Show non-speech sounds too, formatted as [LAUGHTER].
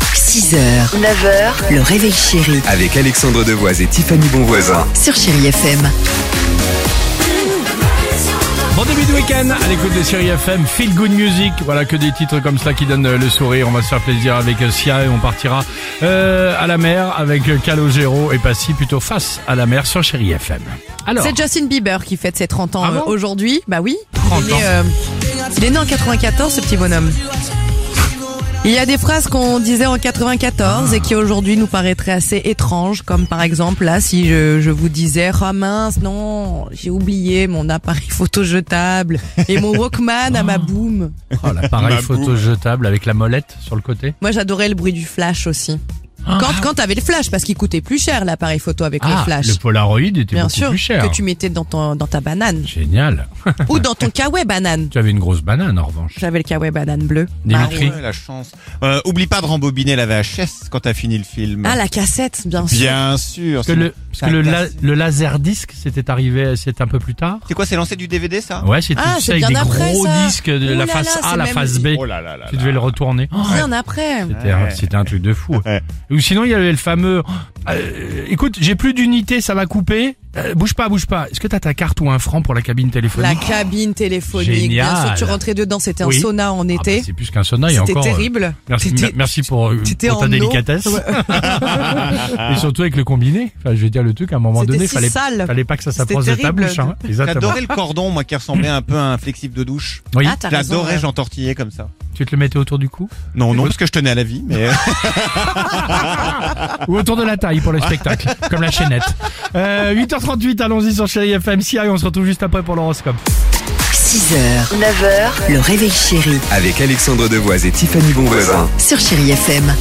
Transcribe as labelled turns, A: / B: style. A: 6h, 9h, le réveil chéri
B: Avec Alexandre Devoise et Tiffany Bonvoisin.
A: sur Chéri FM.
C: Bon début de week-end à l'écoute de Série FM, Feel Good Music, voilà que des titres comme ça qui donnent euh, le sourire, on va se faire plaisir avec euh, Sia et on partira euh, à la mer avec euh, Calogero et Passy plutôt face à la mer sur Chéri FM. Alors,
D: C'est Justin Bieber qui fête ses 30 ans
C: Ah
D: euh,
C: bon
D: aujourd'hui. Bah oui.
C: 30
D: il, est
C: ans.
D: né, euh, il est né en 94, ce petit bonhomme. Il y a des phrases qu'on disait en 94 et qui aujourd'hui nous paraîtraient assez étranges, comme par exemple là, si je, je vous disais « Ah mince, non, j'ai oublié mon appareil photo jetable et
C: [LAUGHS]
D: mon Walkman à ma boum
C: oh, l'appareil photo jetable avec la molette sur le côté. ».
D: Moi j'adorais le bruit du flash aussi. Quand, quand t'avais le flash, parce qu'il coûtait plus cher l'appareil photo avec le
C: ah,
D: flash.
C: le Polaroid était
D: Bien
C: beaucoup
D: sûr,
C: plus cher.
D: que tu mettais dans, ton, dans ta
C: [LAUGHS]
D: banane.
C: Génial.
D: Ou dans ton kawaii banane.
C: tu avais une grosse banane en revanche.
D: J'avais le kawaii banane bleu.
C: Dimitri,
E: Ouais, la chance. Euh, oublie pas de rembobiner la VHS quand t'as fini le film.
D: Ah, la cassette, bien sûr.
E: Bien sûr.
C: parce que
E: sinon-
C: le, parce que le, la- le laser disque c'était arrivé, c'est un peu plus tard.
E: C'est quoi, c'est lancé du DVD ça
C: Ouais, c'était
D: Ah,
C: tu sais,
D: c'est
C: avec
D: bien
C: des
D: après,
C: gros
D: ça.
C: disques de
D: Ouh
C: la
D: là
C: face
D: là,
C: A,
D: c'est
C: la face B.
D: même-
E: Oh là là là.
C: Tu devais le retourner.
D: Bien après.
C: C'était un, c'était un truc de fou.
E: Ouais.
C: Ou sinon, il y avait le fameux. euh, écoute, j'ai plus d'unité, ça va couper. Euh, bouge pas, bouge pas. Est-ce que t'as ta carte ou un franc pour la cabine
D: La
C: téléphonique Ah,
D: cabine téléphonique. Bien sûr,
C: Génial.
D: tu rentrais dedans, c'était un
C: Oui.
D: sauna en
C: Ah bah,
D: été.
C: C'est plus qu'un sauna, il y a
D: c'était
C: encore. euh,
D: terrible.
C: Merci,
D: T'étais-
C: mer- merci pour, euh,
D: t'étais
C: pour ta
D: en eau.
C: délicatesse. [LAUGHS] Et surtout avec le combiné. Enfin, je vais dire le truc, à un moment
D: C'était
C: donné,
D: si
C: fallait,
D: sale.
C: fallait pas que ça
D: C'était
C: s'approche de ta
D: terrible.
C: bouche. hein. Exactement.
E: J'adorais le cordon, moi, qui ressemblait un peu à un flexible de douche.
C: Oui,
D: Ah, t'as raison,
E: J'adorais,
D: ouais.
E: j'en tortillais comme ça.
C: tu te le mettais autour du cou
E: Non, non, parce que je tenais à la vie, mais euh,
C: ou autour de la taille pour le spectacle, comme la chaînette. Euh, 8h38, allons-y sur Chéri FM. Si, allez, on se retrouve juste après pour l'horoscope.
A: 6h, 9h, le réveil chéri
B: Avec Alexandre Devoise et Tiffany Bonvoisin.
A: sur Chéri FM.